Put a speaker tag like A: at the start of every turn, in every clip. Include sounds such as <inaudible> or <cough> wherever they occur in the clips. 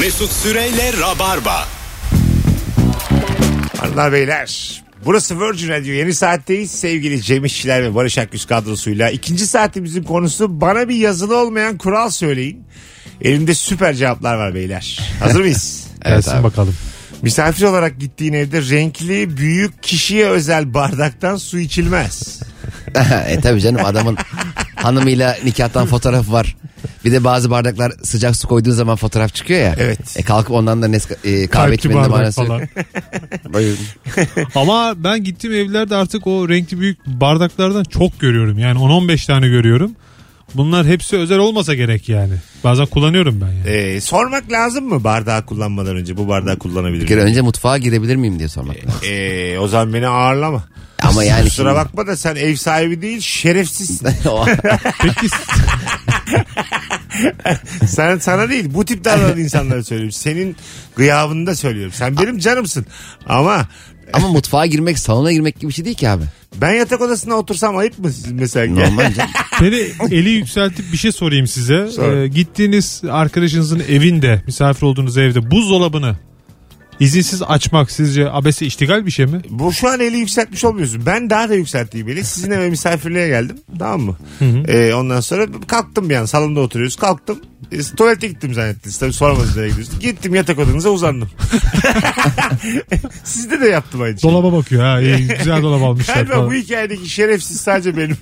A: Mesut Süreyle Rabarba.
B: Hanımlar beyler. Burası Virgin Radio. Yeni saatteyiz. Sevgili Cem İşçiler ve Barış Akgüz kadrosuyla. ikinci saatimizin konusu bana bir yazılı olmayan kural söyleyin. Elimde süper cevaplar var beyler. Hazır
C: <laughs>
B: mıyız?
D: Gelsin bakalım.
B: Misafir olarak gittiğin evde renkli büyük kişiye özel bardaktan su içilmez.
C: <laughs> e tabii canım adamın hanımıyla nikahtan fotoğraf var. Bir de bazı bardaklar sıcak su koyduğun zaman fotoğraf çıkıyor ya.
B: Evet.
C: E kalkıp ondan da Neska, e, kahve
D: Kalpli
C: içmenin de
D: bardak
C: manası yok.
D: falan.
C: Buyurun.
D: Ama ben gittiğim evlerde artık o renkli büyük bardaklardan çok görüyorum. Yani 10-15 tane görüyorum. Bunlar hepsi özel olmasa gerek yani. Bazen kullanıyorum ben yani.
B: Ee, sormak lazım mı bardağı kullanmadan önce? Bu bardağı
C: Bir
B: kullanabilir
C: kere
B: miyim?
C: önce mutfağa girebilir miyim diye sormak lazım. <laughs>
B: Ee, o zaman beni ağırlama.
C: Ama yani
B: Kusura
C: şimdi-
B: bakma da sen ev sahibi değil şerefsizsin.
C: O-
D: Peki
B: Sen sana değil bu tip davranan insanlara söylüyorum. Senin gıyabını da söylüyorum. Sen benim canımsın. Ama
C: Ama mutfağa girmek salona girmek gibi bir şey değil ki abi.
B: ben yatak odasına otursam ayıp mı siz mesela?
C: Normal canım.
D: Seni eli yükseltip bir şey sorayım size.
B: Sor.
D: Ee, gittiğiniz arkadaşınızın evinde, misafir olduğunuz evde buzdolabını izinsiz açmak sizce abese iştigal bir şey mi?
B: Bu şu an eli yükseltmiş olmuyorsun. Ben daha da yükselttiğim eli. Sizin eve misafirliğe geldim. Tamam mı? Ee, ondan sonra kalktım bir an. Salonda oturuyoruz. Kalktım. E, tuvalete gittim zannettiniz. Tabii sormadınız nereye gidiyorsun. Gittim yatak odanıza uzandım. Sizde de yaptım aynı şeyi.
D: Dolaba bakıyor ha. iyi,
B: <laughs>
D: güzel dolap almışlar
B: Galiba bu
D: falan.
B: hikayedeki şerefsiz sadece benim.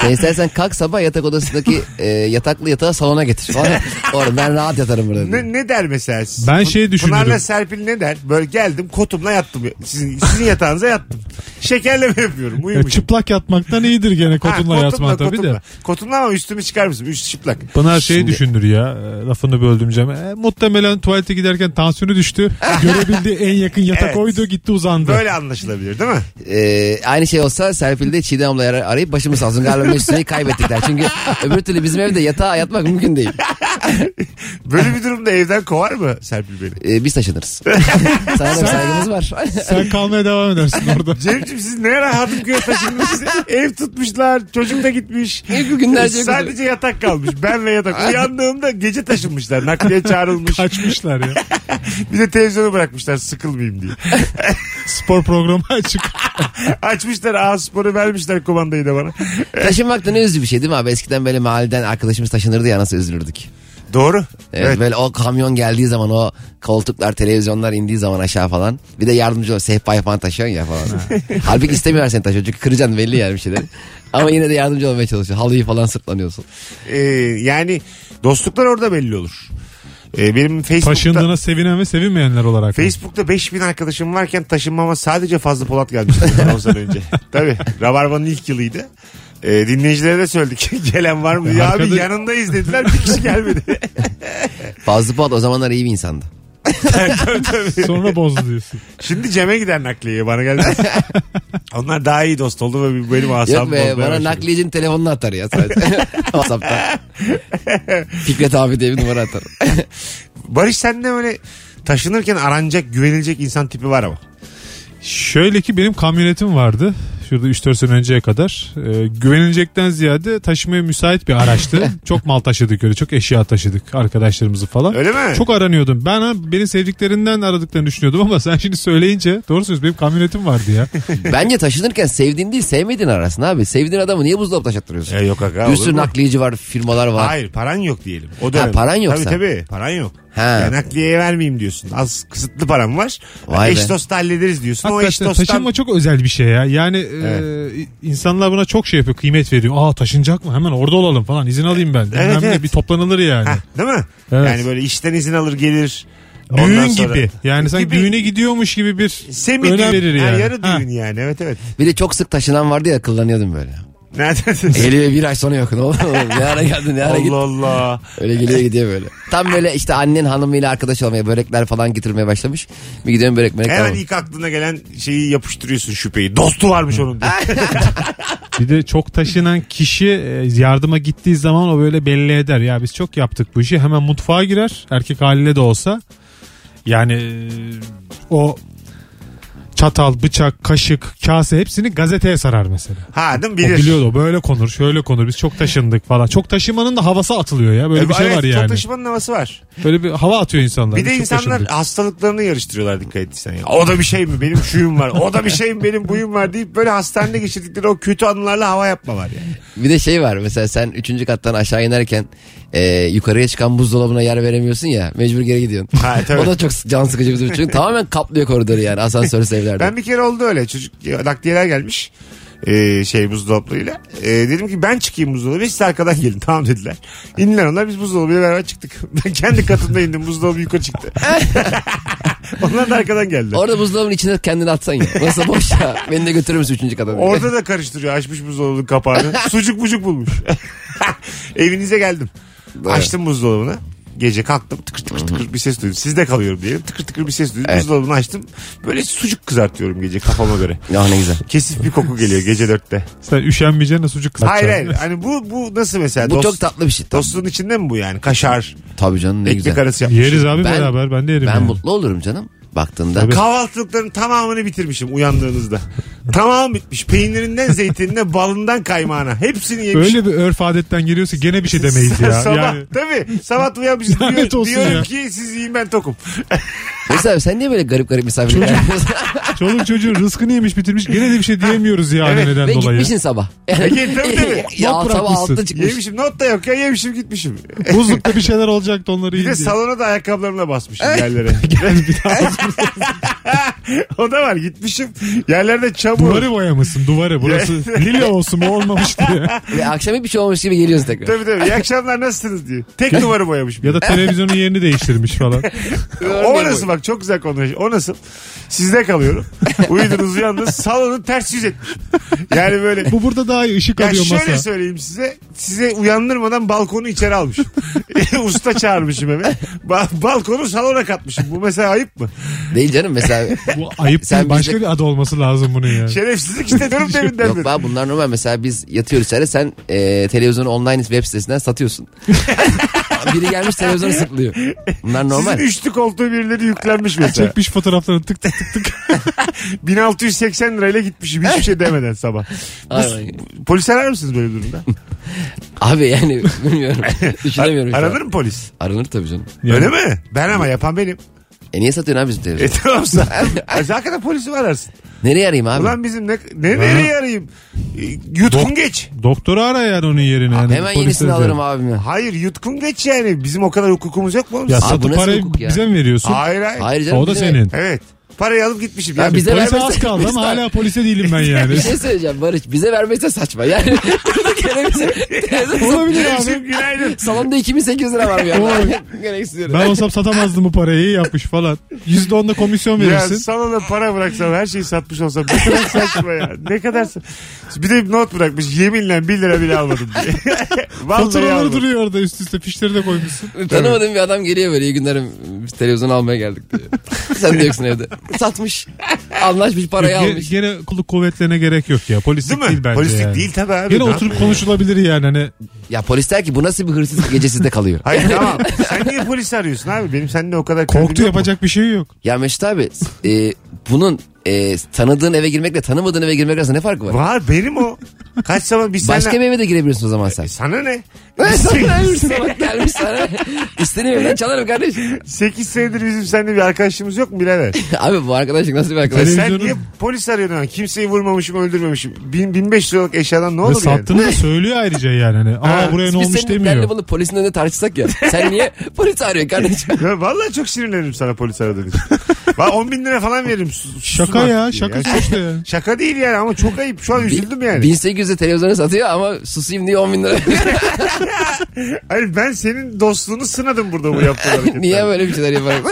C: Sen istersen kalk sabah yatak odasındaki e, yataklı yatağı salona getir. Orada, orada ben rahat yatarım burada.
B: Ne, ne der mesela? siz?
D: Ben
B: Pın-
D: şey düşünürdüm.
B: Pınar'la Serpil ne der? Böyle geldim kotumla yattım. Sizin, sizin yatağınıza yattım. Şekerleme yapıyorum.
D: Ya
B: Uyumuşum.
D: E, çıplak yatmaktan iyidir gene
B: Ha,
D: kotunla, yatman tabii de.
B: Kotumla ama üstümü çıkar mısın? Üst çıplak.
D: Pınar şeyi
C: Şimdi-
D: düşündür ya. e, Lafını böldüm Cem. E, muhtemelen tuvalete giderken
B: <laughs>
D: tansiyonu düştü. Görebildiği en yakın yatak
B: Evet.
D: oydu gitti uzandı.
B: Böyle anlaşılabilir değil mi?
C: E, aynı şey olsa Serpil'de Çiğdem ablayı ar- arayıp başımız sağ olsun galiba Mesut Süre'yi kaybettikler. Çünkü öbür türlü bizim evde yatağa yatmak mümkün değil.
B: Böyle bir durumda evden kovar mı Serpil beni?
C: E, biz taşınırız. Sana da bir saygımız var.
D: Sen kalmaya devam edersin
B: <laughs>
D: orada.
B: Cemciğim siz ne rahatım köye taşındınız. Ev tutmuşlar. Çocuk da gitmiş.
C: İlk günlerce yok.
B: Sadece yatak kalmış. Ben ve yatak. Uyandığımda gece taşınmışlar. Nakliye çağrılmış. <laughs>
D: Açmışlar ya.
B: Bir de televizyonu bırakmışlar sıkılmayayım diye.
D: Spor programı açık.
B: Açmışlar A Spor'u vermişler kumandayı da bana.
C: Taşınmak da ne üzücü bir şey değil mi abi? Eskiden böyle mahalleden arkadaşımız taşınırdı ya nasıl üzülürdük.
B: Doğru.
C: Evet, böyle o kamyon geldiği zaman o koltuklar televizyonlar indiği zaman aşağı falan. Bir de yardımcı ol sehpayı falan taşıyorsun ya falan. Halbuki istemiyorlar seni taşıyor çünkü kıracaksın belli yani bir şeyleri. Ama yine de yardımcı olmaya çalışıyorsun. Halıyı falan sırtlanıyorsun.
B: Ee, yani dostluklar orada belli olur. Ee, benim Facebook'ta
D: Taşındığına sevinen ve sevinmeyenler olarak.
B: Facebook'ta 5000 arkadaşım varken taşınmama sadece Fazlı Polat gelmişti bundan 10 sene
C: <laughs>
B: önce. Tabii. Rabarba'nın ilk yılıydı. Ee, dinleyicilere de söyledik. <laughs> Gelen var mı? diye.
D: Arkada-
B: Abi yanındayız dediler. Bir kişi gelmedi.
C: Fazlı Polat o zamanlar iyi bir insandı.
D: Sonra bozdu diyorsun.
B: Şimdi Cem'e gider nakliye bana geldi.
C: <laughs>
B: Onlar daha iyi dost oldu ve bir- benim
C: Yok
B: asabım
C: be
B: bozmaya
C: bana
B: başladı.
C: nakliyecinin telefonunu atar ya sadece. <laughs> Whatsapp'ta. Fikret abi diye bir numara atar.
B: Barış sende böyle taşınırken aranacak, güvenilecek insan tipi var ama.
D: Şöyle ki benim kamyonetim vardı. Şurada 3-4 sene önceye kadar. Ee, güvenilecekten ziyade taşımaya müsait bir
B: <laughs>
D: araçtı. çok mal taşıdık öyle. Çok eşya taşıdık arkadaşlarımızı falan.
B: Öyle mi?
D: Çok aranıyordum. Ben ha, beni sevdiklerinden aradıklarını düşünüyordum ama sen şimdi söyleyince doğru söz benim kamyonetim vardı
B: <laughs>
D: ya.
C: Bence taşınırken sevdiğin değil sevmediğin arasın abi. Sevdiğin adamı niye buzdolabı taşıttırıyorsun?
B: E, yok aga.
C: bir
B: olur
C: sürü
B: mu?
C: nakliyeci var firmalar var.
B: Hayır paran yok diyelim. O dönem.
C: paran yok
B: Tabii
C: sen.
B: tabii paran yok.
C: Ha.
B: Ya nakliyeye vermeyeyim diyorsun. Az kısıtlı param var.
C: Vay
B: eş
C: be.
B: dost hallederiz diyorsun. o eş
D: Hakikaten
B: dosttan
D: taşınma çok özel bir şey ya. Yani e, insanlar buna çok şey yapıyor. Kıymet veriyor. Aa taşınacak mı? Hemen orada olalım falan. İzin alayım ben. Bilmem ne,
B: evet.
D: Bir toplanılır yani.
B: Heh, değil mi?
D: Evet.
B: Yani böyle işten izin alır gelir. Ondan
D: Düğün
B: sonra-
D: gibi. Yani sanki
B: Gibi.
D: düğüne gidiyormuş gibi bir
B: Semi
D: önem
B: düğün.
D: verir
B: Ha,
D: yani.
B: yarı
D: Ha.
B: düğün yani evet evet.
C: Bir de çok sık taşınan vardı ya akıllanıyordum böyle.
B: Nereden?
C: Geliyor bir ay sonra yok. Ne oldu? ne ara geldin ne <laughs> ara
B: Allah
C: gittin.
B: Allah.
C: Öyle geliyor gidiyor böyle. Tam böyle işte annen hanımıyla arkadaş olmaya börekler falan getirmeye başlamış. Bir gidiyorum börek börek
B: Hemen
C: tamam.
B: ilk aklına gelen şeyi yapıştırıyorsun şüpheyi. Dostu varmış onun diye.
D: Bir de çok taşınan kişi e, yardıma gittiği zaman o böyle belli eder. Ya biz çok yaptık bu işi. Hemen mutfağa girer. Erkek haline de olsa. Yani e, o çatal, bıçak, kaşık, kase hepsini gazeteye sarar mesela.
B: Ha değil mi?
D: O
B: Bilir.
D: biliyordu o böyle konur şöyle konur biz çok taşındık falan. Çok taşımanın da havası atılıyor ya böyle bir şey
B: E, Evet,
D: var yani.
B: Çok taşımanın havası var.
D: Böyle bir hava atıyor insanlar.
B: Bir de
D: Biz çok
B: insanlar
D: taşındık.
B: hastalıklarını yarıştırıyorlar dikkat etsen. Yani. O da bir şey mi benim şuyum var. O da bir şey mi benim buyum var deyip böyle hastanede geçirdikleri o kötü anılarla hava yapma var yani.
C: Bir de şey var mesela sen üçüncü kattan aşağı inerken e, yukarıya çıkan buzdolabına yer veremiyorsun ya mecbur geri gidiyorsun.
B: Ha, tabii.
C: o da çok can sıkıcı bir durum. Çünkü tamamen kaplıyor koridoru yani asansör evlerde.
B: Ben bir kere oldu öyle. Çocuk nakliyeler gelmiş. Ee, şey buzdolabıyla. Ee, dedim ki ben çıkayım buzdolabı siz arkadan gelin. <laughs> Tamam dediler. İndiler onlar biz buzdolabıyla beraber çıktık. <laughs> Ben kendi katımda indim buzdolabı yukarı çıktı. <laughs> onlar da arkadan geldi.
C: Orada buzdolabının içine kendini atsan ya. Nasıl boş ya.
B: <laughs>
C: Beni de götürür müsün üçüncü kata?
B: Orada da karıştırıyor. Açmış buzdolabının
C: <laughs>
B: kapağını. Sucuk bucuk bulmuş. <laughs> Evinize geldim. Açtım buzdolabını. Gece kalktım tıkır tıkır tıkır bir ses duydum. Sizde kalıyorum diyelim. Tıkır tıkır bir ses duydum.
C: Evet.
B: Buzdolabını açtım. Böyle sucuk kızartıyorum gece kafama göre.
C: Ya ne güzel.
B: Kesif bir koku geliyor gece dörtte.
D: Sen üşenmeyeceğine sucuk
B: Hayır
D: kızartacaksın.
B: hayır. Hani bu, bu nasıl mesela?
C: Bu
B: Dost-
C: çok tatlı bir şey. Tabii,
B: Dostluğun içinde mi bu yani? Kaşar,
C: tabii canım ne
B: ekmek
C: güzel.
B: arası yapmış.
D: Yeriz abi
C: Ben-
D: beraber ben de yerim.
C: Ben
D: yani.
C: mutlu olurum canım baktığımda.
D: Tabii.
B: Kahvaltılıkların tamamını bitirmişim uyandığınızda. Tamam bitmiş. Peynirinden, zeytinine, balından, kaymağına. Hepsini yemişim.
D: Öyle bir örf adetten geliyorsa gene bir şey demeyiz ya.
B: sabah,
D: yani
B: Tabii. Sabah uyanmışız.
D: Lanet
B: Diyor,
D: olsun
B: diyorum
D: ya.
B: ki siz yiyin ben tokum.
C: Mesela sen niye böyle garip garip misafirler yapıyorsun?
D: çoluk çocuğun rızkını yemiş bitirmiş gene de bir şey diyemiyoruz yani
B: Evet,
D: neden
C: Ve
D: dolayı.
C: gitmişsin sabah. <laughs>
B: Peki, E, tabii, tabii.
C: ya
D: Not
C: sabah
D: bırakmışsın.
C: altta çıkmış.
B: yemişim. Not da yok ya. Yemişim gitmişim.
D: Buzlukta bir şeyler olacaktı onları
B: Bir de
D: yiyince.
B: salona da ayakkabılarımla basmışım yerlere. <laughs> o da var. Gitmişim. Yerlerde çamur.
D: Duvarı boyamışsın duvarı burası lila olsun bu olmamış diye.
C: Ve akşam hiçbir şey olmamış gibi geliyorsun tekrar.
B: Tabii tabii. İyi akşamlar nasılsınız diyor. Tek duvarı boyamış.
D: Ya da televizyonun yerini değiştirmiş falan.
B: O nasıl bak çok güzel konu. O nasıl? Sizde kalıyorum. Uyudunuz uyandınız. Salonu ters yüz etmişim. Yani böyle
D: Bu burada daha iyi ışık
B: Ya
D: alıyor
B: şöyle
D: masa.
B: söyleyeyim size. Size uyandırmadan balkonu içeri almışım. <laughs> E, Usta çağırmışım eve. Ba- balkonu salona katmışım. Bu mesela ayıp mı?
C: Değil
B: <laughs>
C: canım mesela.
D: Bu ayıp
C: Sen
D: değil başka
C: bizde-
D: bir adı olması lazım bunun yani.
B: Şerefsizlik işte diyorum deminden
C: <laughs> Yok
B: beri.
C: ben bunlar normal mesela biz yatıyoruz içeride sen e, televizyonu online web
B: <laughs>
C: sitesinden satıyorsun. Biri gelmiş televizyonu sıklıyor. Bunlar normal.
B: Sizin üçlü koltuğu birileri yüklenmiş
C: <laughs>
B: mesela.
D: Çekmiş fotoğraflarını tık tık tık tık.
B: 1680 lirayla gitmişim hiçbir şey demeden sabah.
C: Ay,
B: Polis arar mısınız böyle durumda?
C: Abi yani
B: <laughs>
C: bilmiyorum. Düşünemiyorum. şu an.
B: Aranır mı polis?
C: Aranır tabii canım.
D: Yani-
B: Öyle mi? Ben ama yapan benim.
C: E niye satıyorsun abi bizim
B: E <laughs>
C: televizyonu?
B: tamamsa.
C: <laughs>
B: Hakikaten polisi mi ararsın?
C: Nereye arayayım abi?
B: Ulan bizim ne, ne nereye arayayım? E, Yutkun geç.
D: Doktoru ara yani onun yerine. yani
C: Hemen
D: polis
C: yenisini
D: özel.
C: alırım abime.
B: Hayır yutkun geç yani. Bizim o kadar hukukumuz yok mu oğlum?
D: Ya
C: Abi bu
D: satıp
C: nasıl
D: parayı
C: hukuk ya?
D: bize mi veriyorsun?
B: Hayır hayır.
C: Hayır canım.
D: o da
C: bize-
D: senin.
B: Evet. Parayı alıp gitmişim.
C: Ben
B: Yani
C: bize
D: Polise
C: vermezse-
D: az kaldı
C: Biz de-
D: ama hala polise değilim ben yani.
C: <laughs> Bir şey söyleyeceğim Barış. Bize vermekse saçma. Yani <laughs> burada gene bize televizyon
D: Olabilir abi.
B: Hemşim
C: <laughs>
B: günaydın.
C: Salonda 2800 lira var bir
D: Oy.
C: anda.
B: <laughs>
C: Gene istiyorum.
D: Ben olsam satamazdım bu parayı iyi yapmış falan. Yüzde onda komisyon
B: Ya
D: verirsin.
B: sana da para bıraksam her şeyi satmış olsam ne kadar saçma ya. Ne kadar sa- Bir de bir not bırakmış yeminle 1 lira bile almadım diye. <laughs> Vallahi
D: Faturaları
B: almadım.
D: duruyor orada üst üste fişleri de koymuşsun.
C: <laughs> Tanımadığım bir adam geliyor böyle iyi günlerim biz televizyon almaya geldik diye. <laughs> Sen de yoksun evde. Satmış. Anlaşmış parayı
D: Ge-
C: almış.
D: gene kulluk kuvvetlerine gerek yok ya. Polislik
B: Değil
D: değil,
B: mi?
D: bence
B: Polislik
D: yani.
B: değil tabii abi.
D: Gene
B: Ne
D: oturup konuşulabilir yani hani.
C: Ya polis der ki bu nasıl bir hırsızlık gece sizde kalıyor. <laughs>
B: Hayır tamam. Sen niye polisi arıyorsun abi? Benim seninle o kadar kıymim
D: Korktu
B: yok mu?
D: yapacak bir şey yok.
C: Ya Mesut abi e, bunun e, tanıdığın eve girmekle tanımadığın eve girmek arasında ne farkı var?
B: Var benim o. Kaç zaman biz
C: Başka
B: seninle...
C: bir eve de girebilirsin o zaman sen.
B: Sana ne?
C: Ne sana bir salak gelmiş sana. İstediğim evden çalarım kardeş.
B: <laughs> 8 senedir bizim seninle bir arkadaşımız yok mu bilemez.
C: Abi bu arkadaşlık nasıl bir arkadaş?
D: Öyle-
B: Sen
D: Televizyonun-
B: niye polis arıyorsun? ha? Kimseyi vurmamışım öldürmemişim. Bin- 1500 liralık eşyadan ne
D: Ve
B: olur yani?
D: sattığını da söylüyor ayrıca yani. Hani,
B: Ha,
D: Aa buraya ne
C: Biz
D: olmuş
C: senin derle
D: demiyor.
C: bunu polisin önünde tartışsak ya. Sen niye polisi
B: <laughs>
C: arıyorsun kardeşim?
B: Ya vallahi çok sinirlenirim sana polis aradığın
D: <laughs>
B: için. Ben 10 bin lira falan veririm. Su- su-
D: Şaka
B: su-
D: ya
B: diye.
D: şaka
B: Yani
D: suçta ya.
B: şaka değil yani ama çok ayıp. Şu an üzüldüm yani.
C: 1800'e televizyonu satıyor ama susayım diye 10 bin lira.
B: Hayır ben senin dostluğunu sınadım burada bu yaptığın hareketler.
C: <laughs> niye böyle bir şeyler yaparak?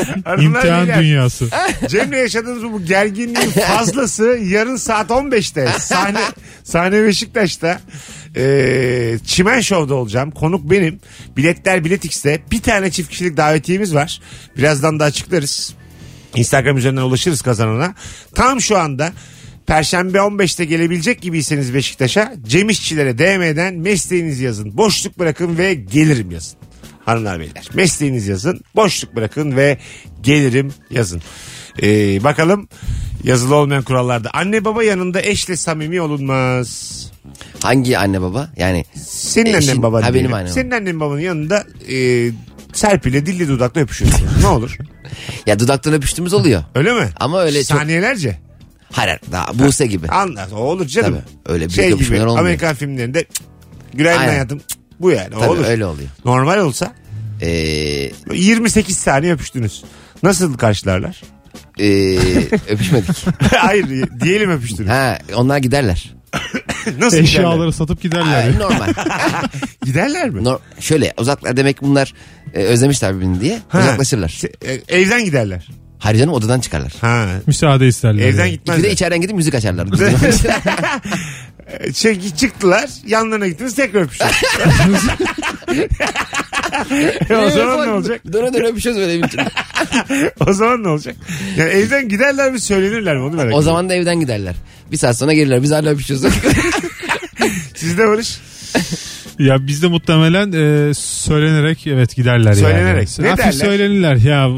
D: İmtihan dünyası.
B: Cem'le yaşadığımız bu gerginliğin fazlası yarın saat 15'te sahne sahne Beşiktaş'ta e, Çimen Show'da olacağım. Konuk benim. Biletler Bilet X'te. Bir tane çift kişilik davetiyemiz var. Birazdan da açıklarız. Instagram üzerinden ulaşırız kazanana. Tam şu anda Perşembe 15'te gelebilecek gibiyseniz Beşiktaş'a Cem İşçilere DM'den mesleğinizi yazın. Boşluk bırakın ve gelirim yazın. Hanımlar beyler mesleğinizi yazın. Boşluk bırakın ve gelirim yazın. Ee, bakalım Yazılı olmayan kurallarda. Anne baba yanında eşle samimi olunmaz.
C: Hangi anne baba? Yani
B: Senin
C: Eşin-
B: annen baban
C: Ha, benim
B: diyelim.
C: annem.
B: Senin annen babanın yanında e, Serpil'e dilli dudakla öpüşüyorsunuz. ne olur?
C: ya dudaktan öpüştüğümüz oluyor.
B: Öyle mi?
C: Ama öyle çok-
B: Saniyelerce.
C: Hayır hayır, daha Buse gibi.
B: Anlar. O olur canım. Şey
C: Tabii, öyle büyük öpüşmeler olmuyor.
B: Amerikan filmlerinde cık, günaydın
C: Aynen.
B: hayatım cık, bu yani. O
C: Tabii
B: olur.
C: öyle oluyor.
B: Normal olsa
C: Ee,
B: 28 saniye öpüştünüz. Nasıl karşılarlar? <laughs>
C: ee, öpüşmedik.
B: Hayır diyelim öpüştünüz.
C: Ha, onlar giderler.
B: <laughs> Nasıl giderler?
D: Eşyaları satıp giderler.
C: Ha,
D: yani.
C: normal.
B: Giderler mi?
C: Nor- şöyle uzaklar demek ki bunlar e, özlemişler birbirini diye
B: Ha.
C: uzaklaşırlar.
B: Se- e, Evden giderler.
C: Hayır canım odadan çıkarlar.
B: Ha.
D: Müsaade isterler.
B: Evden
D: yani.
C: Bir de
B: gitmezler.
C: içeriden gidip
B: <laughs>
C: müzik açarlar.
B: Şey, çıktılar yanlarına gittiniz tekrar öpüştünüz. <laughs> E, o zaman ne olacak?
C: Döne döne şey öpüşüyoruz böyle evin içinde.
B: O zaman ne olacak? Yani evden giderler mi söylenirler mi onu merak
C: O
B: ediyorum.
C: zaman da evden giderler. Bir saat sonra gelirler. Biz hala öpüşüyoruz. <laughs>
B: Sizde Barış
D: Ya bizde muhtemelen e, söylenerek evet giderler
B: Söylenerek.
D: yani.
B: Ne
D: Hafif
B: derler?
D: söylenirler ya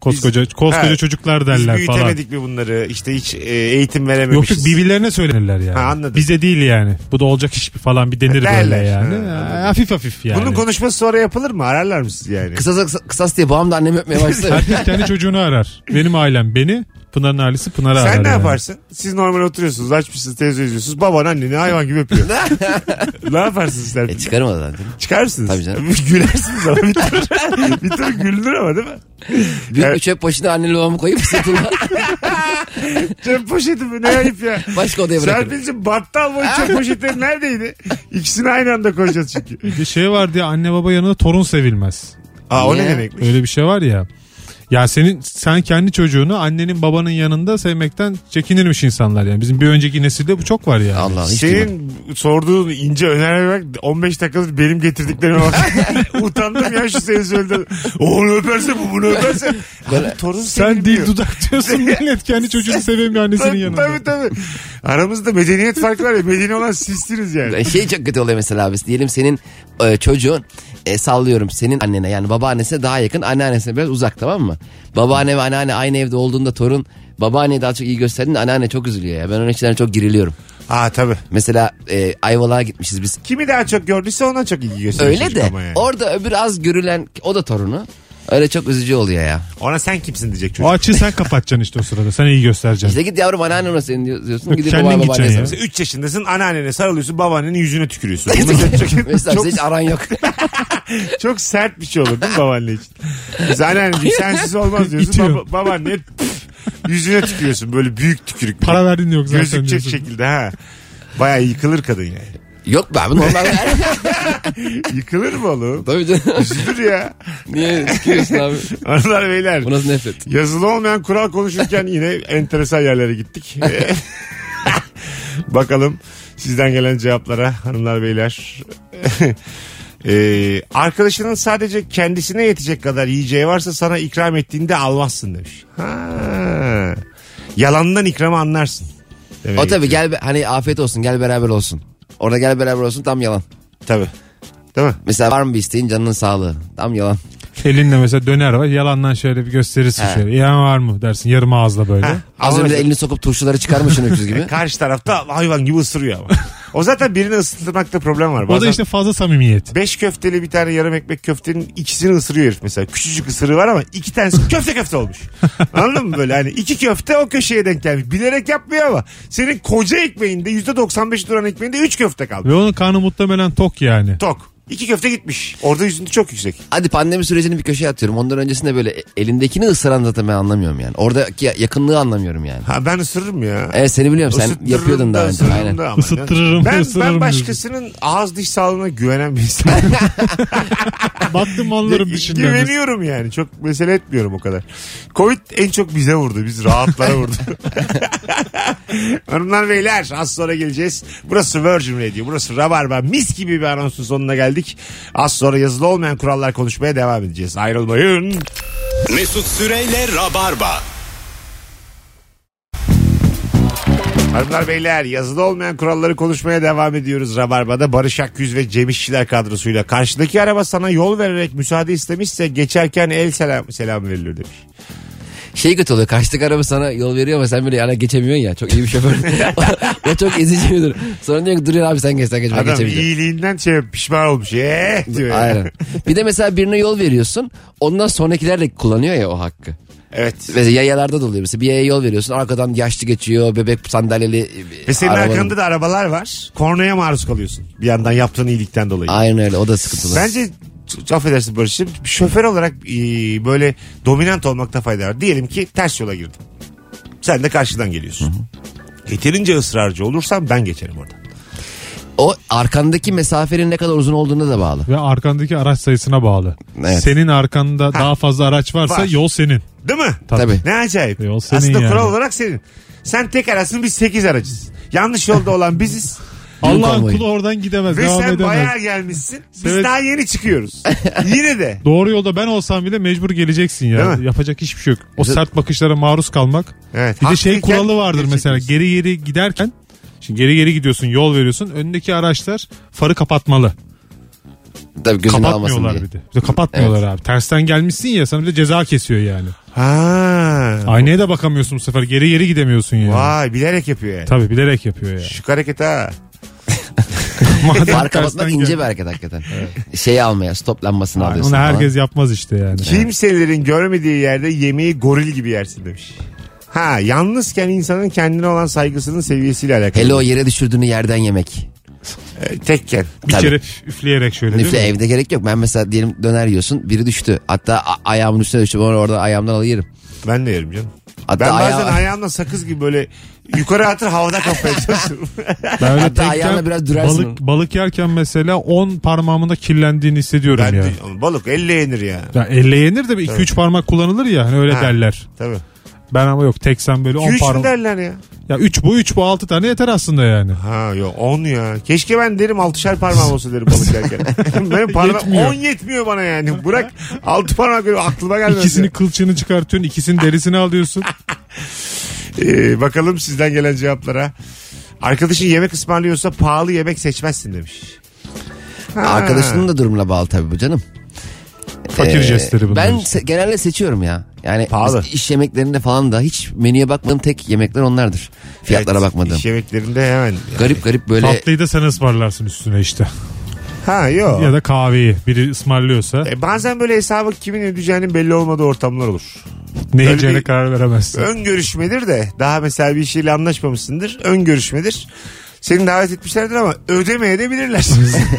D: koskoca koskoca
B: Ha.
D: çocuklar
B: biz
D: derler falan.
B: büyütemedik mi bunları işte hiç e, eğitim
D: Yok
B: verememişiz.
D: birbirlerine söylenirler yani.
B: Ha, anladım.
D: Bize değil yani. Bu da olacak iş falan bir denir
B: Derler.
D: böyle yani.
B: Ha, anladım.
D: hafif hafif yani.
B: Bunun konuşması sonra yapılır mı? Ararlar mı sizi yani?
C: kısas, kısas diye babam da annemi öpmeye
B: <laughs>
C: başladı.
D: Herkes kendi çocuğunu arar. Benim ailem beni, Pınar'ın ailesi Pınar'ı arar.
B: Sen ne
D: yani.
B: yaparsın? Siz normal oturuyorsunuz, açmışsınız, televizyon izliyorsunuz. Baban anneni hayvan gibi
C: <laughs>
B: öpüyor. ne yaparsınız sizler?
C: e çıkarım odadan.
B: Çıkar mısınız?
C: Tabii canım.
B: <laughs> Gülersiniz ama bir tür. <laughs> bir tür gülünür ama değil mi?
C: Büyük
B: Evet.
C: bir çöp başına anneli babamı koyup <laughs> sırtıma
B: Çöp poşeti mi? Ne ayıp
C: <laughs>
B: ya.
C: başka odaya bırakırım.
B: Serpil'cim battal boyu çöp poşetleri neredeydi? İkisini aynı anda koyacağız çünkü.
D: Bir şey var diye anne baba yanında torun sevilmez.
B: Aa o ne
C: Niye?
B: demekmiş?
D: Öyle bir şey var ya. Ya senin sen kendi çocuğunu annenin babanın yanında sevmekten çekinirmiş insanlar yani. Bizim bir önceki nesilde bu çok var yani.
C: Allah hiç duymadım.
B: Senin sorduğun ince önerme bak 15 dakikadır benim getirdiklerime
C: <laughs>
B: bak. Utandım ya şu seni söyledi. Oğlunu öperse bu bunu öperse. Abi, torun
D: Sen
B: değil
D: dil dudak diyorsun millet kendi çocuğunu sevemiyor annesinin
B: Tabii,
D: yanında.
B: tabii tabii. Aramızda medeniyet farkı var ya. Medeni olan sizsiniz yani.
C: Şey çok kötü oluyor mesela abi. Diyelim senin e, çocuğun e, sallıyorum senin annene yani babaannesine daha yakın anneannesine biraz uzak tamam mı? Babaanne ve anneanne aynı evde olduğunda torun babaanneyi daha çok iyi gösterdiğinde anneanne çok üzülüyor ya. Ben onun içinden çok giriliyorum.
B: Aa tabii.
C: Mesela e, Ayvalık'a gitmişiz biz.
B: Kimi daha çok gördüyse ona çok ilgi gösteriyor.
C: Öyle
B: çocuk
C: de
B: ama yani.
C: orada öbür az görülen o da torunu. Öyle çok üzücü oluyor ya.
B: Ona sen kimsin diyecek
D: O
B: çocuk.
D: açığı sen kapatacaksın işte o sırada. Sen iyi göstereceksin.
C: İşte git yavrum anneannen o senin diyor- diyorsun.
D: Yok,
C: Gidip
D: kendin
C: baba
D: gideceksin
C: babaannesine.
B: 3 yaşındasın anneannene sarılıyorsun babaannenin yüzüne
C: <laughs>
B: tükürüyorsun. Bunu
C: Mesela
B: çok, çok,
C: size hiç aran yok. <laughs>
B: çok sert bir şey olur değil mi babaanne için? Biz anneanneciğim sensiz olmaz diyorsun.
D: İtiyor.
B: Baba, babaanne püf, yüzüne tükürüyorsun böyle büyük tükürük.
D: Para verdin yok zaten
B: Gözükecek
D: diyorsun.
B: şekilde ha. Baya yıkılır kadın yani.
C: yok be abi normal.
B: Yıkılır mı oğlum?
C: Tabii canım.
B: Üzülür ya.
C: Niye çıkıyorsun abi?
B: Hanımlar beyler.
C: Bu nasıl nefret?
B: Yazılı olmayan kural konuşurken yine enteresan yerlere gittik. Bakalım sizden gelen cevaplara hanımlar beyler. <laughs> Ee, arkadaşının sadece kendisine yetecek kadar yiyeceği varsa sana ikram ettiğinde almazsın demiş. Ha. Yalandan ikramı anlarsın.
C: O tabii gel be- hani afiyet olsun gel beraber olsun. Orada gel beraber olsun tam yalan.
B: Tabii. Değil mi?
C: Mesela var mı bir isteğin canının sağlığı? Tam yalan.
D: Elinle mesela döner var. Yalandan şöyle bir gösterirsin
C: He.
D: şöyle. Yiyen var mı dersin yarım ağızla böyle.
B: Ha,
C: Az
B: ama
C: önce
B: mesela
C: elini sokup turşuları çıkarmışsın
B: <laughs>
C: öküz gibi.
B: Karşı tarafta hayvan gibi ısırıyor ama. O zaten birini ısıtmakta problem var.
D: O da
B: Bazen-
D: işte fazla samimiyet.
B: Beş köfteli bir tane yarım ekmek köftenin ikisini ısırıyor herif mesela. Küçücük ısırığı var ama iki tanesi köfte köfte
D: <laughs>
B: olmuş. Anladın mı böyle hani iki köfte o köşeye denk gelmiş. Bilerek yapmıyor ama senin koca ekmeğinde yüzde 95 duran ekmeğinde üç köfte kaldı.
D: Ve onun karnı muhtemelen tok yani.
B: Tok. İki köfte gitmiş. Orada yüzündü çok yüksek.
C: Hadi pandemi sürecini bir köşeye atıyorum. Ondan öncesinde böyle e, elindekini ısıran zaten ben anlamıyorum yani. Oradaki ya- yakınlığı anlamıyorum yani.
B: Ha ben ısırırım ya.
C: Evet seni biliyorum sen
B: Isıttırırım
C: yapıyordun
B: da,
C: daha önce.
B: ısırırım
C: Aynen.
B: da ama.
D: Isıttırırım,
B: ben,
D: ısırırım
B: Ben
D: diyorsun.
B: başkasının ağız diş sağlığına güvenen bir
C: <laughs>
B: insan.
D: Baktım onların dışında.
B: Güveniyorum yani. Çok mesele etmiyorum o kadar. Covid en çok bize vurdu. Biz rahatlara vurdu. <laughs> Hanımlar beyler az sonra geleceğiz. Burası Virgin Radio. Burası Rabarba. Mis gibi bir anonsun sonuna geldik. Az sonra yazılı olmayan kurallar konuşmaya devam edeceğiz. Ayrılmayın.
A: Mesut Süreyle Rabarba.
B: Hanımlar beyler yazılı olmayan kuralları konuşmaya devam ediyoruz Rabarba'da. Barış Akgüz ve Cem İşçiler kadrosuyla. Karşıdaki araba sana yol vererek müsaade istemişse geçerken el selam, selam verilir demiş.
C: şey kötü oluyor. Kaçtık araba sana yol veriyor ama sen böyle yana geçemiyorsun ya. Çok iyi
B: <laughs>
C: bir şoför. o çok ezici bir durum. Sonra diyor ki duruyor abi sen geç sen geç ben
B: Adam
C: geçemeyeceğim.
B: iyiliğinden şey pişman olmuş. Eee diyor.
C: Aynen. Bir de mesela birine yol veriyorsun. Ondan sonrakiler de kullanıyor ya o hakkı.
B: <laughs> Evet.
C: Mesela yayalarda da oluyor. Mesela bir yaya yol veriyorsun. Arkadan yaşlı geçiyor. Bebek sandalyeli. e,
B: Ve senin
C: arabanın-
B: arkanda da arabalar var. Kornaya maruz kalıyorsun. Bir yandan yaptığın iyilikten dolayı.
C: Aynen öyle. O da sıkıntılı.
B: Bence çok affedersin Barış'ım şoför olarak e, böyle dominant olmakta fayda var. Diyelim ki ters yola girdim. Sen de karşıdan geliyorsun. Yeterince ısrarcı olursam ben geçerim orada.
C: O arkandaki mesafenin ne kadar uzun olduğuna da bağlı.
D: Ve arkandaki araç sayısına bağlı.
C: Evet.
D: Senin arkanda daha fazla araç varsa
B: Var.
D: yol senin.
B: Değil mi?
D: Tabii.
C: Tabii.
B: Ne acayip.
D: Yol E, senin
B: Aslında
D: yani.
B: kural olarak senin. Sen tek arasın biz 8 aracız. Yanlış yolda olan biziz.
D: Allah'ın
C: konvoyu.
D: kulu oradan gidemez.
B: Ve
D: devam
B: sen
D: edemez.
B: bayağı gelmişsin. Biz
D: Evet.
B: daha yeni çıkıyoruz. Yine de.
D: Doğru yolda ben olsam bile mecbur geleceksin ya.
B: Değil mi?
D: Yapacak hiçbir şey yok. O
C: Bize-
D: sert bakışlara maruz kalmak.
B: Evet.
D: Bir de şey
B: haklıyken
D: kuralı vardır mesela.
B: geçeceksin.
D: Geri geri giderken şimdi geri geri gidiyorsun, yol veriyorsun. Öndeki araçlar farı kapatmalı.
C: Tabii gözünü almasın
D: Kapatmıyorlar
C: diye.
D: bir de. Bir de kapatmıyorlar abi. Tersten gelmişsin ya sana bir de ceza kesiyor yani.
B: Ha.
D: Aynaya da bakamıyorsun bu sefer. Geri geri gidemiyorsun yani.
B: Vay bilerek yapıyor yani.
D: Tabii bilerek yapıyor ya.
B: Şık hareket ha.
D: Madem
C: Fark
D: tersten
C: kapatmak
D: gel-
C: ince bir hareket hakikaten. Şeyi almaya, stoplanmasını
D: Aynen,
C: alıyorsun.
D: Onu
C: falan.
D: herkes yapmaz işte yani.
B: Kimselerin görmediği yerde yemeği goril gibi yersin demiş. Ha yalnızken insanın kendine olan saygısının seviyesiyle alakalı.
C: Hele o yere düşürdüğünü yerden yemek.
B: Ee, tekken.
D: Bir
C: Tabii.
D: kere üf- üfleyerek şöyle
C: Üfle
D: değil mi?
C: evde gerek yok. Ben mesela diyelim döner yiyorsun. Biri düştü. Hatta a- ayağımın üstüne düştü. Ben orada ayağımdan alıyerim.
B: Ben de yerim canım.
C: Hatta
B: Ben bazen
C: ayağı-
B: ayağımla sakız gibi böyle yukarı atır havada kafaya çalışırım.
D: Ben öyle
C: Hatta
D: tekken
C: ayağına biraz dürersin onu.
D: Balık, balık yerken mesela 10 parmağımda kirlendiğini hissediyorum
B: ben
D: ya.
B: de- Oğlum balık elle yenir ya.
D: Ya elle yenir de 2-3 parmak kullanılır ya hani öyle
B: Ha.
D: derler.
B: Tabii.
D: Ben ama yok tek sen böyle 10
B: Güç mü
D: parmak.
B: derler ya?
D: Ya 3 bu 3 bu 6 tane yeter aslında yani.
B: Ha yok 10 ya. Keşke ben derim altışar parmağım olsa derim balık
D: <laughs>
B: yerken. Benim parmağım
D: Yetmiyor.
B: 10 yetmiyor bana yani. Bırak 6 parmak benim aklıma gelmez.
D: İkisini
B: ya.
D: kılçığını çıkartıyorsun ikisini derisini alıyorsun.
B: Ee, bakalım sizden gelen cevaplara. Arkadaşın yemek ısmarlıyorsa pahalı yemek seçmezsin demiş. Ha.
C: Arkadaşının da durumuna bağlı tabii bu canım.
D: Fakir
C: <laughs> Ee,
D: jestleri bunlar.
C: Ben
D: işte.
C: se- genelde seçiyorum ya. Yani
B: Pahalı.
C: biz iş yemeklerinde falan da hiç menüye bakmadığım tek yemekler onlardır. Fiyatlara
B: Evet,
C: bakmadığım.
B: İş yemeklerinde hemen.
C: Garip garip böyle
D: Tatlıyı da sen ısmarlarsın üstüne işte.
B: Ha yok.
D: Ya da kahveyi biri ısmarlıyorsa
B: E, bazen böyle hesabı kimin ödeyeceğinin belli olmadığı ortamlar olur.
D: ne
B: öyle
D: yiyeceğine
B: bir-
D: karar veremezsin.
B: Ön görüşmedir de daha mesela bir şeyle anlaşmamışsındır. Ön görüşmedir. Seni davet etmişlerdir ama ödemeye de
D: <laughs>
B: bilirler. <laughs>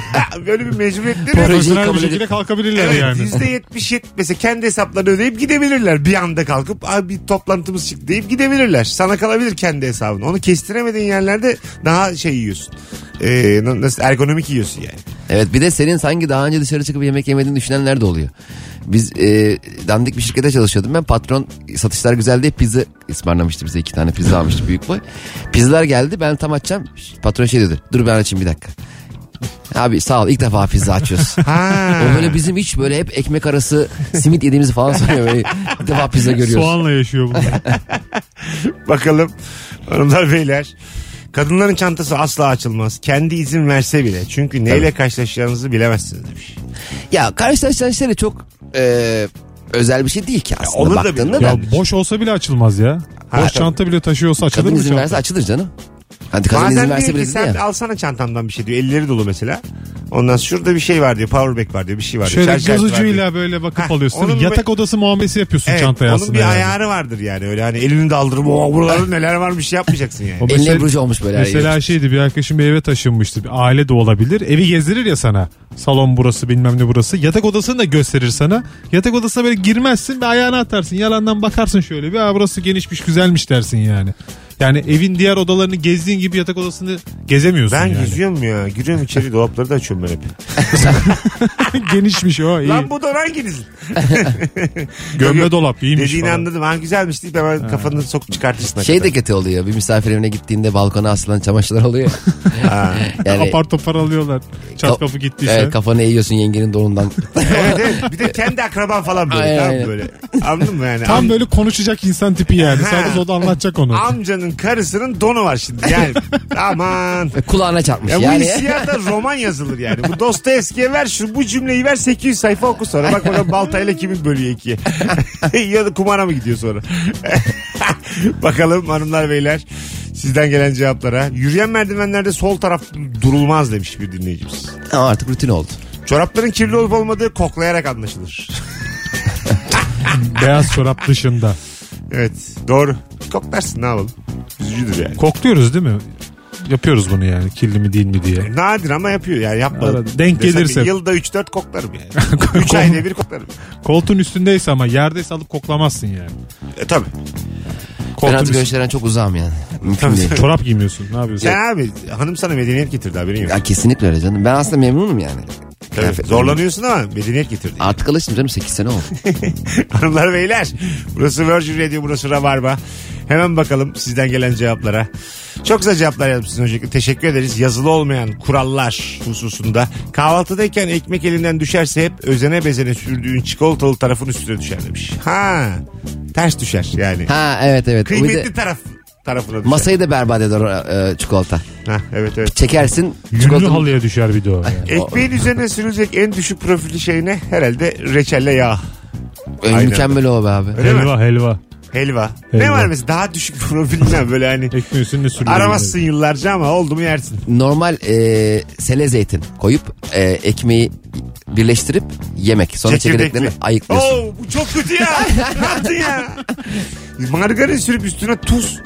B: böyle bir mecburiyetleri yok.
C: Projeyi
D: Profesyonel
C: şey kabul
D: bir
C: edip-
D: şekilde kalkabilirler
B: Evet,
D: yani.
B: %70 yet- mesela kendi hesaplarını ödeyip gidebilirler. Bir anda kalkıp abi bir toplantımız çıktı deyip gidebilirler. Sana kalabilir kendi hesabın. Onu kestiremediğin yerlerde daha şey yiyorsun. Ee, na- nasıl ergonomik yiyorsun yani.
C: Evet bir de senin sanki daha önce dışarı çıkıp yemek yemediğini düşünenler de oluyor. Biz e, dandik bir şirkete çalışıyordum ben. Patron satışlar güzel diye pizza ısmarlamıştı bize. iki tane pizza almıştı büyük boy. Pizzalar geldi ben tam açacağım. Patron şey dedi dur ben açayım bir dakika. Abi sağ ol ilk defa
D: <laughs>
C: pizza açıyoruz. <laughs>
B: Ha.
C: o böyle bizim hiç böyle hep ekmek arası simit yediğimizi falan sanıyor. Böyle ilk defa pizza görüyoruz.
D: Soğanla yaşıyor
C: <laughs>
D: bunlar.
B: Bakalım hanımlar beyler. Kadınların çantası asla açılmaz. Kendi izin verse bile. Çünkü neyle karşılaşacağınızı bilemezsiniz şey. demiş.
C: Ya karşılaştıran şeyleri çok e, özel bir şey değil ki aslında
B: olur da
C: baktığında
B: bir-
C: da.
D: ya boş olsa bile açılmaz ya.
B: Ha,
D: boş
B: tabii.
D: çanta bile taşıyorsa açılır
C: Kadın
D: mı
C: izin
D: çanta?
C: verse açılır canım. Hadi kadın
B: Bazen
C: izin verse
B: diyor ki
C: bile
B: sen
C: ya.
B: alsana çantamdan bir şey diyor. Elleri dolu mesela. Ondan sonra şurada bir şey var diyor. Powerback var diyor. Bir şey var diyor.
D: Şöyle
B: şarj aleti var diyor.
D: gözücüyle böyle bakıp
B: Hah,
D: alıyorsun.
B: onun
D: Yatak odası muamelesi yapıyorsun
B: Evet,
D: çantaya
B: onun
D: aslında.
B: bir
D: yani.
B: ayarı vardır yani. Öyle hani elini daldırıp o buralarda neler varmış yapmayacaksın yani.
D: O
C: Eline bruj olmuş böyle her
D: Mesela
C: yer.
D: şeydi bir arkadaşım bir eve taşınmıştı. Bir aile de olabilir. Evi gezdirir ya sana. Salon burası bilmem ne burası. Yatak odasını da gösterir sana. Yatak odasına böyle girmezsin bir ayağını atarsın. Yalandan bakarsın şöyle bir "Aa, burası genişmiş güzelmiş dersin yani. Yani evin diğer odalarını gezdiğin gibi yatak odasını gezemiyorsun
B: ben
D: yani.
B: geziyorum ya. Giriyorum içeri dolapları da açıyorum ben hep.
D: <laughs> genişmiş o iyi.
B: Lan bu don hanginizin?
D: Gömme dolap iyiymiş
B: Dediğini
D: falan.
B: anladım. Ha güzelmiş deyip hemen kafanı sokup çıkartırsın.
C: Şey de kötü oluyor. Bir misafir evine gittiğinde balkona asılan çamaşırlar oluyor.
B: <laughs>
C: <laughs> yani
D: Apar topar alıyorlar. Çat
C: Ka-
D: kapı gittiyse.
C: evet, kafanı eğiyorsun
B: <laughs>
C: yengenin donundan.
B: evet, evet. Bir de kendi akraban falan böyle.
C: Aynen,
B: tamam
C: aynen.
B: böyle. Anladın mı yani?
D: Tam
B: Am-
D: böyle konuşacak insan tipi yani.
B: Ha.
D: Sadece o da anlatacak onu.
B: Amcanın Adamın karısının donu var şimdi
D: <laughs>
B: yani. Aman.
C: Kulağına çarpmış
B: Ya bu
C: yani.
B: hissiyatla roman yazılır yani. Bu Dostoyevski'ye ver şu bu cümleyi ver 800 sayfa oku sonra. Bak bakalım baltayla kimi bölüyor ikiye. <laughs> ya da kumara mı gidiyor sonra. <laughs> bakalım hanımlar beyler sizden gelen cevaplara. Yürüyen merdivenlerde sol taraf durulmaz demiş bir dinleyicimiz.
C: Ama artık rutin oldu.
B: Çorapların kirli olup olmadığı koklayarak anlaşılır. <laughs>
D: Beyaz çorap dışında.
B: Evet doğru. Koklarsın ne yapalım. Üzücüdür yani.
D: Kokluyoruz değil mi? Yapıyoruz bunu yani kirli mi değil mi diye.
B: Nadir ama yapıyor yani yapmadım.
D: Arada denk
B: Desem
D: gelirse.
B: ki Yılda 3-4 koklarım
D: <laughs>
B: yani. 3 ayda bir koklarım.
D: Koltuğun üstündeyse ama yerdeyse alıp koklamazsın yani.
B: E tabii.
C: Ben
D: Koltuğun
C: artık
D: üstünde.
C: görüşlerden çok uzağım yani. Mümkün değil.
D: Çorap giymiyorsun ne yapıyorsun?
B: Sen abi hanım sana medeniyet getirdi haberin yok.
C: Ya kesinlikle öyle canım. Ben aslında memnunum yani.
B: Tabii,
C: Kıyafet-
B: zorlanıyorsun ama medeniyet
C: <laughs>
B: getirdi.
C: Artık alıştım canım 8 sene oldu.
B: Hanımlar beyler burası Virgin Radio burası Rabarba. Hemen bakalım sizden gelen cevaplara. Çok güzel cevaplar yazmışsınız öncelikle. Teşekkür ederiz. Yazılı olmayan kurallar hususunda. Kahvaltıdayken ekmek elinden düşerse hep özene bezene sürdüğün çikolatalı tarafın üstüne düşer demiş. Ha ters düşer yani.
C: ha evet evet. Bir de
B: Kıymetli taraf tarafına düşer.
C: masayı da berbat eder o, e, çikolata.
B: Ha, evet evet.
C: Çekersin
D: Yünlü
C: çikolata.
D: halıya düşer bir de o. Yani.
B: Ekmeğin üzerine sürülecek en düşük profilli şey ne? Herhalde reçelle yağ.
C: Ö,
B: Aynen.
C: mükemmel o be abi.
B: <laughs> Öyle mi?
D: helva helva.
B: Helva. Ne
D: Helva.
B: var mesela daha düşük <laughs> profilinden böyle hani
D: Ekmeğin üstünde sürüyor.
B: aramazsın yıllarca ama oldu mu yersin.
C: Normal e, sele zeytin koyup e, ekmeği birleştirip yemek. Sonra çekirdeklerini ayıklıyorsun.
B: Oo, bu çok kötü ya. ne yaptın ya? Margarin sürüp üstüne tuz.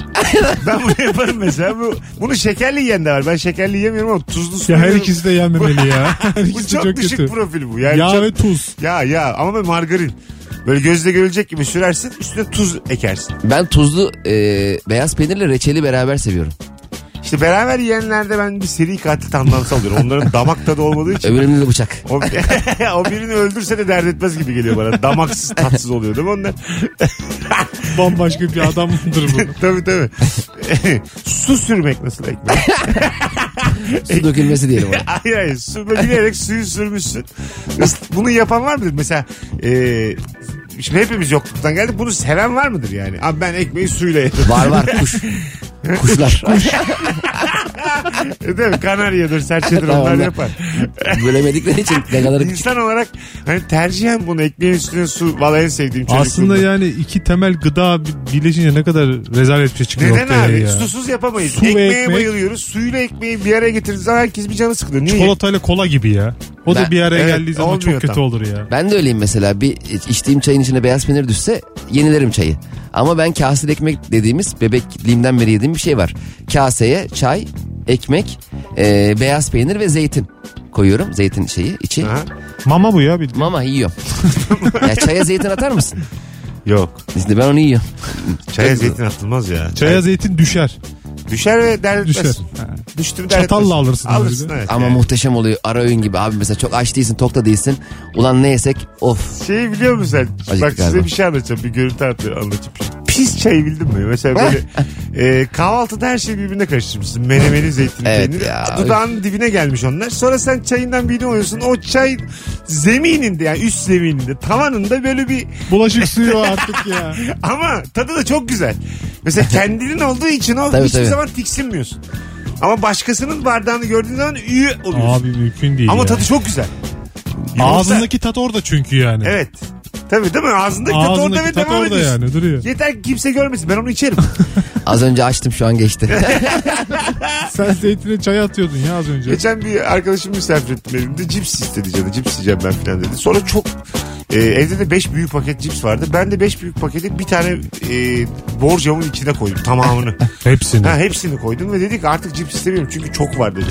B: ben bunu yaparım mesela. Bu, bunu şekerli yiyen de var. Ben şekerli yemiyorum ama tuzlu su.
D: Ya her
B: yiyorum.
D: ikisi de yenmemeli ya.
B: <laughs>
D: Her
B: bu
D: ikisi
B: çok,
D: çok,
B: düşük
D: kötü.
B: profil bu. Yani
D: Yağ
B: çok-
D: ve tuz.
B: Ya ya ama böyle margarin. Böyle gözle görülecek gibi sürersin üstüne tuz ekersin.
C: Ben tuzlu e, beyaz peynirle reçeli beraber seviyorum.
B: İşte beraber yiyenlerde ben bir seri katil tandansı alıyorum. Onların damak tadı olmadığı için.
C: Öbürünün de bıçak.
B: O, <laughs> o birini öldürse de dert etmez gibi geliyor bana. Damaksız tatsız oluyor değil mi onlar?
D: Bambaşka bir adam mıdır bu?
B: tabii tabii. <laughs> su sürmek nasıl ekmek? <laughs>
C: Su dökülmesi diyelim ona.
B: hayır hayır. Su böyle bilerek suyu sürmüşsün. Is- Bunu yapan var mıdır? Mesela e, şimdi hepimiz yokluktan geldik. Bunu seven var mıdır yani? Abi ben ekmeği suyla yedim. <laughs>
C: Var var kuş. Kuşlar.
B: değil mi? Kanaryadır, serçedir
C: Tamam,
B: onlar
C: onlar-
B: yapar.
C: Bölemedikleri için gagaları küçük.
B: İnsan olarak hani tercihen bunu ekmeğin üstüne su. Vallahi en sevdiğim çocukluğumda.
D: Aslında yani iki temel gıda bi- birleşince ne kadar rezalet bir şey çıkıyor
B: Neden
D: ortaya
B: abi?
D: ya.
B: Susuz yapamayız.
D: Su ve
B: Ekmeğe
D: ekmek.
B: bayılıyoruz. Suyla ekmeği bir araya getirdiğiniz zaman herkes bir canı sıkılır. Niye?
D: Çikolatayla kola gibi ya. O da
C: Ben-
D: bir araya
B: Evet,
D: geldiği zaman çok
B: olmuyor
D: kötü
B: tam.
D: olur ya.
C: Ben de öyleyim mesela. Bir iç- içtiğim çayın içine beyaz peynir düşse yenilerim çayı. Ama ben kaseli ekmek dediğimiz bebekliğimden beri yediğim bir şey var. Kaseye çay, ekmek, e, beyaz peynir ve zeytin koyuyorum. Zeytin şeyi içi.
B: Aha.
D: Mama bu ya. Bir...
C: Mama yiyorum. <laughs> ya çaya zeytin atar mısın?
B: Yok.
C: İşte ben onu yiyorum.
B: Çaya zeytin atılmaz ya.
D: Çaya zeytin düşer.
B: Düşer ve dert
D: Düşer.
B: etmezsin.
D: Ha.
B: Düştüm dert
D: Çatalla
B: etmezsin.
D: alırsın.
B: Alırsın
D: önce.
B: evet.
C: Ama
B: yani.
C: muhteşem oluyor. Ara öğün gibi. Abi mesela çok aç değilsin, tok da değilsin. Ulan ne yesek? Of.
B: Şeyi biliyor musun sen? Bak size
C: galiba.
B: bir şey anlatacağım. Bir görüntü anlatacağım. anlatacağım. Pis çayı bildin mi? Mesela
C: <laughs>
B: böyle e, kahvaltıda her şeyi birbirine karıştırmışsın. Menemeni, zeytini,
C: Evet
B: peyniri.
C: ya.
B: Dudağın dibine gelmiş onlar. Sonra sen çayından birini oluyorsun. O çay zemininde yani üst zemininde tavanında böyle bir <laughs>
D: Bulaşık suyu artık ya.
B: Ama tadı da çok güzel.
C: <laughs>
B: Mesela kendinin olduğu için o
C: Tabii,
B: hiçbir
C: tabii.
B: zaman tiksinmiyorsun. Ama başkasının bardağını gördüğün zaman üye oluyorsun.
D: Abi mümkün değil
B: Ama
D: ya.
B: tadı çok güzel. Yoksa-
D: Ağzındaki tat orada çünkü yani.
B: Evet. Tabii değil mi? Ağzındaki tadı orada
D: Ağzındaki
B: ve
D: tat
B: devam
D: orada
B: ediyorsun.
D: yani duruyor.
B: Yeter ki kimse görmesin. Ben onu
D: <laughs>
B: içerim.
C: Az önce açtım şu
B: <laughs>
C: an geçti.
D: Sen zeytine çay atıyordun ya az önce.
B: Geçen bir arkadaşım misafir ettim evimde. Cips istedi canı. Cips yiyeceğim ben filan dedi. Sonra çok e, evde de 5 büyük paket cips vardı. Ben de 5 büyük paketi bir tane e, borcamın içine koydum
D: <laughs>
B: tamamını.
D: Hepsini.
B: ha, hepsini koydum ve dedik artık cips istemiyorum çünkü çok var dedi.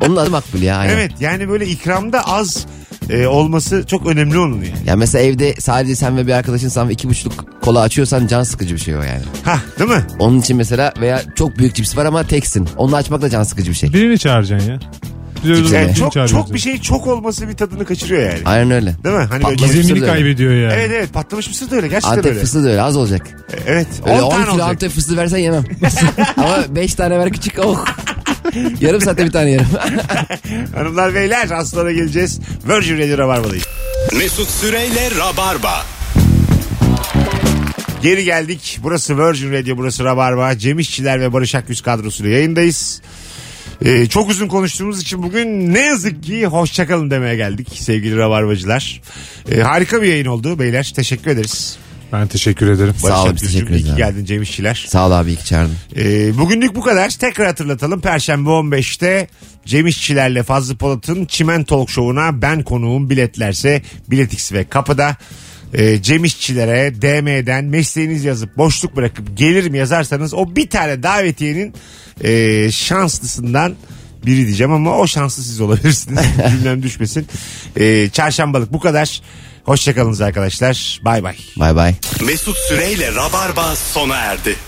C: Onun adı makbul ya. Aynen.
B: Evet yani böyle ikramda az e, olması çok önemli onun yani.
C: Ya mesela evde sadece sen ve bir arkadaşınsan ve iki buçukluk kola açıyorsan can sıkıcı bir şey o yani.
B: Ha değil mi?
C: Onun için mesela veya çok büyük cips var ama teksin. Onu açmak da can sıkıcı bir şey.
D: Birini çağıracaksın ya. Biz öyle
C: Güzel.
D: birini
B: Yani çok
D: çağırıyoruz.
B: çok bir şey çok olması bir tadını kaçırıyor yani.
C: Aynen öyle.
B: Değil mi? Hani böyle
C: Patlamış
B: gizli-
C: mısır
D: Gizemini
C: da öyle.
D: kaybediyor yani.
B: Evet evet patlamış mısır da öyle gerçekten
C: Antep
B: öyle.
C: fıstığı da öyle az olacak.
B: Evet 10
C: Öyle 10,
B: E, tane
C: kilo
B: olacak.
C: Antep fıstığı
B: <laughs>
C: versen yemem. ama 5 tane ver küçük oh. Yarım saatte bir tane yerim. <laughs>
B: Hanımlar beyler az sonra geleceğiz. Virgin Radio Rabarba'dayız.
A: Mesut Süreyle Rabarba.
B: Geri geldik. Burası Virgin Radio, burası Rabarba. Cem İşçiler ve Barış Akgüz kadrosuyla yayındayız. Ee, çok uzun konuştuğumuz için bugün ne yazık ki hoşçakalın demeye geldik sevgili Rabarbacılar. Ee, harika bir yayın oldu beyler. Teşekkür ederiz.
D: Ben teşekkür ederim.
C: Sağ olun,
B: Akgüz'cüm,
C: teşekkür
B: iyi ki
C: ederim.
B: geldin Cem İşçiler.
C: Sağ ol abi iyi ki çağırdın.
B: Ee, bugünlük bu kadar. Tekrar hatırlatalım. Perşembe 15'te Cem İşçilerle Fazlı Polat'ın Çimen Talk Show'una ben konuğum biletlerse biletix ve kapıda. Ee, Cem İşçilere DM'den mesleğiniz yazıp boşluk bırakıp gelirim yazarsanız o bir tane davetiyenin e, şanslısından biri diyeceğim ama o şanslı siz olabilirsiniz.
C: <laughs>
B: Cümlem düşmesin. Ee, çarşambalık bu kadar. Hoşçakalınız arkadaşlar. Bay bay.
C: Bay bay.
A: Mesut Süreyle Rabarba sona erdi.